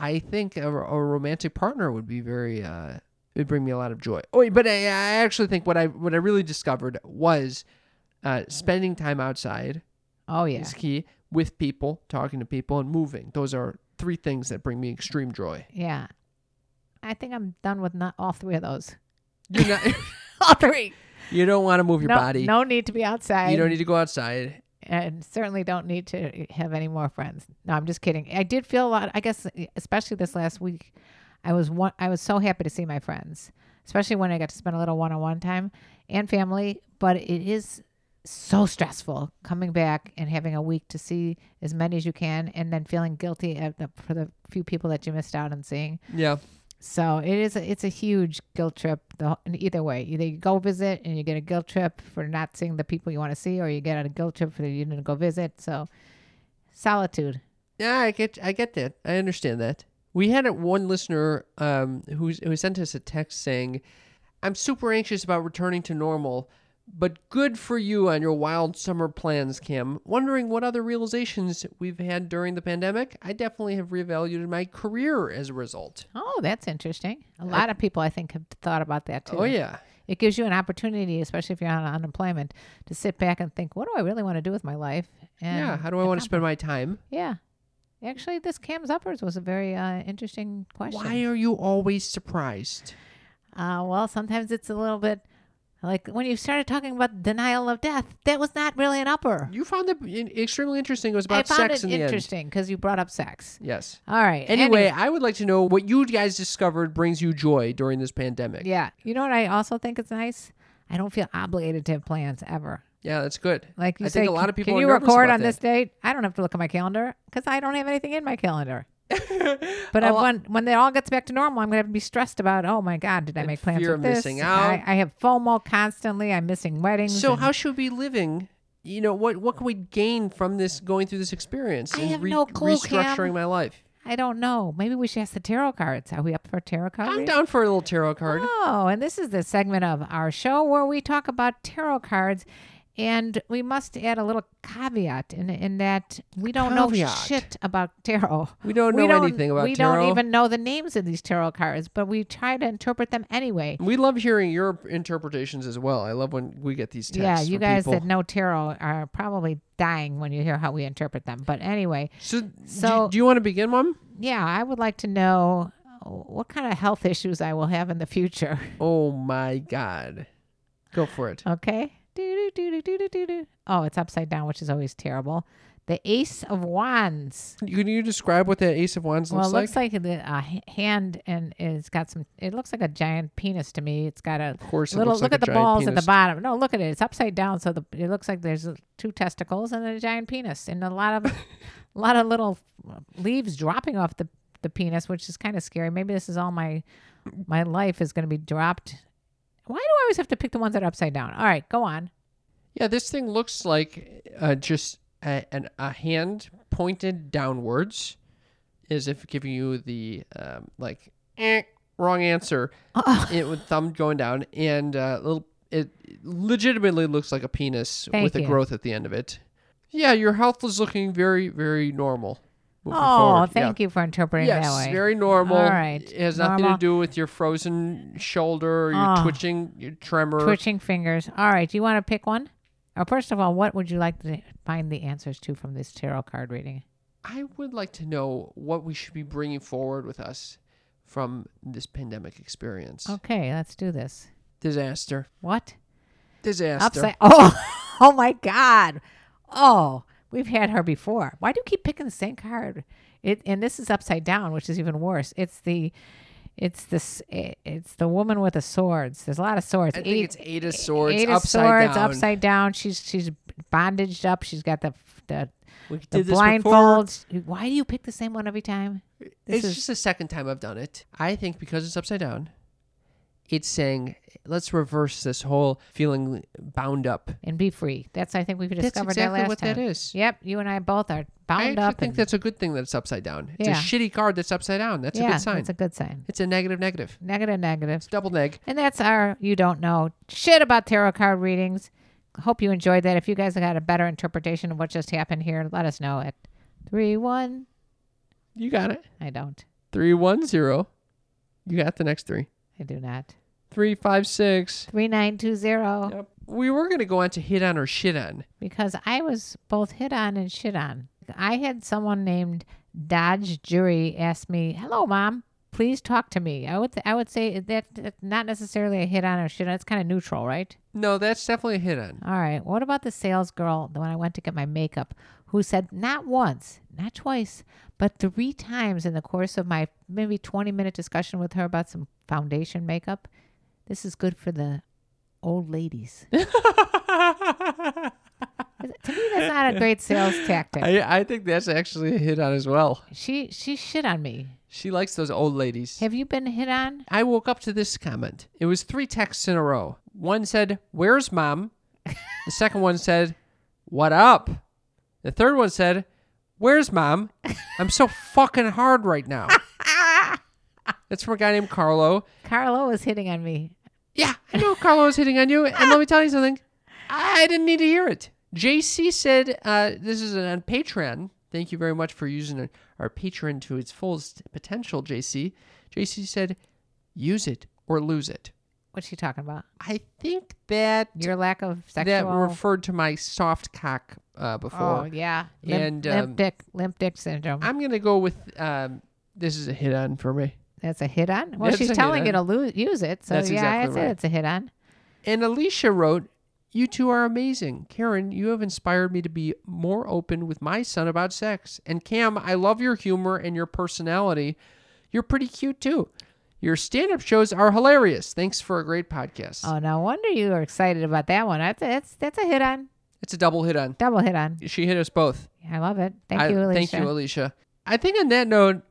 I think a, a romantic partner would be very. Uh, it would bring me a lot of joy. Oh, wait, but I, I actually think what I what I really discovered was uh, spending time outside
Oh yeah,
is key with people, talking to people, and moving. Those are three things that bring me extreme joy. [laughs]
yeah. I think I'm done with not all three of those.
You're not,
[laughs]
[laughs]
All three.
you don't want to move your
no,
body.
no need to be outside.
You don't need to go outside.
and certainly don't need to have any more friends. No, I'm just kidding. I did feel a lot. I guess, especially this last week, I was one. I was so happy to see my friends, especially when I got to spend a little one-on-one time and family. But it is so stressful coming back and having a week to see as many as you can, and then feeling guilty at the, for the few people that you missed out on seeing.
Yeah.
So it is a, it's a huge guilt trip. The, wh- and either way, either you go visit and you get a guilt trip for not seeing the people you want to see, or you get a guilt trip for you didn't go visit. So solitude.
Yeah, I get I get that. I understand that. We had a- one listener um, who's, who sent us a text saying, "I'm super anxious about returning to normal, but good for you on your wild summer plans, Kim. Wondering what other realizations we've had during the pandemic. I definitely have reevaluated my career as a result.
Oh, that's interesting. A lot of people I think have thought about that too.
Oh yeah,
It gives you an opportunity, especially if you're on unemployment, to sit back and think, what do I really want to do with my life? And
yeah. How do I want to spend my time?
Yeah. Actually, this Cam's Uppers was a very uh, interesting question.
Why are you always surprised?
Uh, well, sometimes it's a little bit like when you started talking about denial of death, that was not really an upper.
You found that in- extremely interesting. It was
I
about
found
sex
it
in the end.
interesting because you brought up sex.
Yes.
All right.
Anyway, I would like to know what you guys discovered brings you joy during this pandemic.
Yeah. You know what I also think is nice? I don't feel obligated to have plans ever.
Yeah, that's good.
Like you
I
say,
think a lot
"Can-
of people
can
are
you
nervous
record
about
on this
that.
date? I don't have to look at my calendar because I don't have anything in my
[laughs]
calendar. but I want, when it all gets back to normal, I'm going to be stressed about, oh my God, did I make plans
fear
for
of
this?
missing
I,
out.
I have FOMO constantly. I'm missing weddings.
So
and-
how should we be living? You know, what what can we gain from this going through this experience
I
and
have no clue,
restructuring
Cam.
my life?
I don't know. Maybe we should ask the tarot cards. Are we up for tarot cards?
I'm down for a little tarot card.
Oh, and this is the segment of our show where we talk about tarot cards. And we must add a little caveat in, in that we don't know
Caveat.
shit about tarot.
We don't know anything about
we
tarot.
don't even know the names of these tarot cards, but we try to interpret them anyway.
We love hearing your interpretations as well. I love when we get these texts.
yeah, you
from
guys
people.
that know tarot are probably dying when you hear how we interpret them. But anyway,
So,
So-
do, do you want to begin, Mom?
yeah, I would like to know what kind of health [laughs] issues I will have in the future.
Oh my God, go for it.
Okay. Doo doo doo doo doo doo doo. Oh, it's upside down, which is always terrible. The Ace of Wands.
Can you describe what that Ace of Wands
well,
looks
it
like?
looks like the uh, h- hand, and it's got some. It looks like a giant penis to me. It's got a
Of course, it
little.
looks
look
like
at
a
the
giant
balls at
penis.
the bottom. No, look at it. It's upside down, so the it looks like there's uh, two testicles and a giant penis, and a lot
[laughs]
of, a lot of little uh, leaves dropping off the the penis, which is kind of scary. Maybe this is all my, my life is going to be dropped. Why do I always have to pick the ones that are upside down? All right, go on.
Yeah, this thing looks like uh, just a, an, a hand pointed downwards, as if giving you the um, like eh, wrong
[laughs]
answer. It with thumb going down and uh, little. It legitimately looks like a penis
Thank
with a
you.
growth at the end of it. Yeah, your health is looking very, very normal. moving
Oh,
forward.
thank you for interpreting
Yes,
that way.
very normal.
All right,
It has nothing
normal.
to do with your frozen shoulder, your
Ah.
twitching, your tremor.
Twitching fingers. All right, do you want to pick one? Or first of all, what would you like to find the answers to from this tarot card reading?
I would like to know what we should be bringing forward with us from this pandemic experience.
Okay, let's do this.
Oh, Disaster.
What?
Disaster.
Upside. Oh, [laughs] oh my God. Oh, we've had her before. Why do you keep picking the same card? It and this is upside down, which is even worse. It's the, it's this, it's the woman with the swords. There's a lot of swords.
I
Eight-
think it's eight of swords
Eight of
upside
swords
down.
upside down. She's she's bondaged up. She's got the the,
We
the
did this
blindfolds. Why do you pick the same one every time?
It's
This is-
just the second time I've done it. I think because it's upside down, it's saying let's reverse this whole feeling bound up.
and be free. That's I think we've discovered
That's exactly
that last
what
time.
that is.
Yep, you and I both are bound
I actually
up.
think
and-
that's a good thing that it's upside down. It's
Yeah.
a shitty card that's upside down. That's
yeah,
a good sign.
That's a good sign.
it's a negative negative.
Negative, negative.
It's double neg.
And that's our you don't know shit about tarot card readings. Hope you enjoyed that. If you guys got a better interpretation of what just happened here, let us know at three one.
You got it.
I don't.
Three one zero. You got the next three.
I do not.
Three five six.
Three nine two zero.
Yep. We were gonna go on to hit on or shit on.
because I was both hit on and shit on. I had someone named Dodge Jury ask me, "Hello, mom, please talk to me." I would I would say that that's not necessarily a hit on or shit on. It's kind of neutral, right?
No, that's definitely a hit
[laughs]
on.
All right. What about the sales girl when I went to get my makeup who said not once, not twice, but three times in the course of my maybe 20 minute discussion with her about some foundation makeup, this is good for the old ladies. To me, that's not a great sales tactic.
I, I think that's actually a hit on as well.
she she shit on me.
She likes those old ladies.
Have you been hit on?
I woke up to this comment. It was three texts in a row. One said, Where's mom? The second one said, What up? The third one said, Where's mom? I'm so fucking hard right now. That's from a guy named Carlo.
Carlo was hitting on me.
Yeah, I know Carlo was hitting on you. And let me tell you something. I didn't need to hear it. JC said, uh, this is on Patreon. Thank you very much for using our Patreon to its fullest potential, JC. JC said, use it or lose it.
What's she talking about?
I think that
Your lack of
that
sexual.
referred to my soft cock uh, before.
oh yeah, limp,
And, um,
limp dick, limp dick syndrome.
I'm going to go with um, this is a hit on for me.
that's a hit on. Well,
That's a
she's
hit
telling
on.
you to lose, use it. So
That's
yeah,
exactly
I said
right.
it's a hit on.
And Alicia wrote, You two are amazing. Karen, you have inspired me to be more open with my son about sex. And Cam, I love your humor and your personality. You're pretty cute too. Your stand up shows are hilarious. Thanks for a great podcast.
Oh, no wonder you were excited about that one. That's that's that's a hit on,
it's a double hit on.
double hit on.
She hit us both.
I love it. Thank
I-
you, Alicia.
Thank you, Alicia. I think on that note,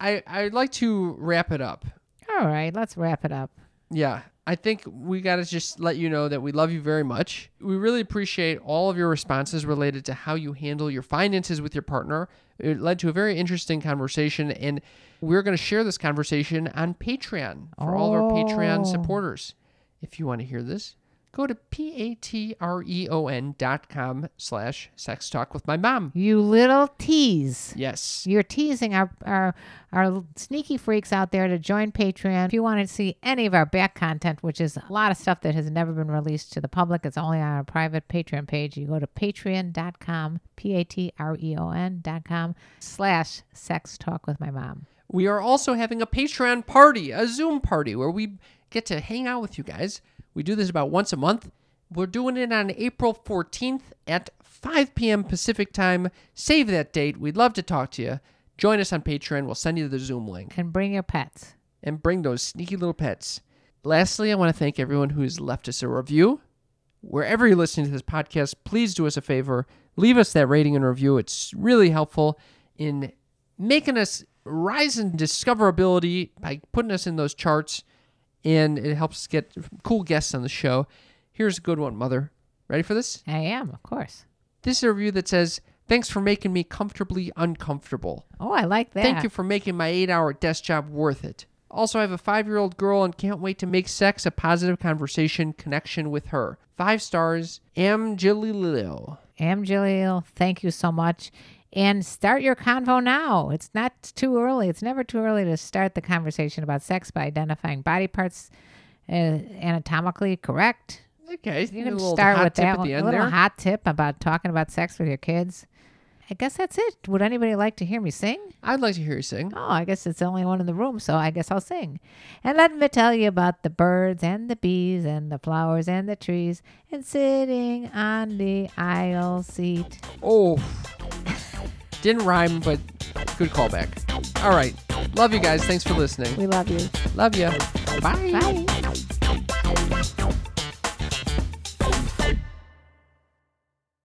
I, I'd like to wrap it up.
All right, let's wrap it up.
Yeah. I think we got to just let you know that we love you very much. We really appreciate all of your responses related to how you handle your finances with your partner. It led to a very interesting conversation, and we're going to share this conversation on Patreon for all of our Patreon
Oh.
supporters. If you want to hear this, go to p-a-t-r-e-o-n E dot com slash sex talk with my mom.
You little tease.
Yes.
You're teasing our, our our sneaky freaks out there to join Patreon. If you want to see any of our back content, which is a lot of stuff that has never been released to the public, it's only on our private Patreon page. You go to patreon.com, P A T R E O N dot com slash sex talk with my mom.
We are also having a Patreon party, a Zoom party, where we get to hang out with you guys. We do this about once a month. We're doing it on April 14th at 5 p.m. Pacific time. Save that date. We'd love to talk to you. Join us on Patreon. We'll send you the Zoom link
And bring your pets.
and bring those sneaky little pets. Lastly, I want to thank everyone who's left us a review. Wherever you're listening to this podcast, please do us a favor. Leave us that rating and review. It's really helpful in making us rise in discoverability by putting us in those charts, and it helps get cool guests on the show. Here's a good one, Mother. Ready for this?
I am, of course.
This is a review that says, Thanks for making me comfortably uncomfortable.
Oh, I like that.
Thank you for making my eight hour desk job worth it. Also, I have a five year old girl and can't wait to make sex a positive conversation connection with her. Five stars, Am Jalilio.
Am Jaleel, thank you so much. And start your convo now. It's not too early. It's never too early to start the conversation about sex by identifying body parts uh, anatomically correct.
Okay,
You
a
can
little
start
hot
with
tip
that
at
one.
the
A
end
little
there.
hot tip about talking about sex with your kids. I guess that's it. Would anybody like to hear me sing?
I'd like to hear you sing.
Oh, I guess it's the only one in the room, so I guess I'll sing. And let me tell you about the birds and the bees and the flowers and the trees and sitting on the aisle seat.
Oh, didn't rhyme, but good callback. All right, love you guys. Thanks for listening.
We love you.
Love you. Bye.
Bye.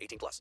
18 plus.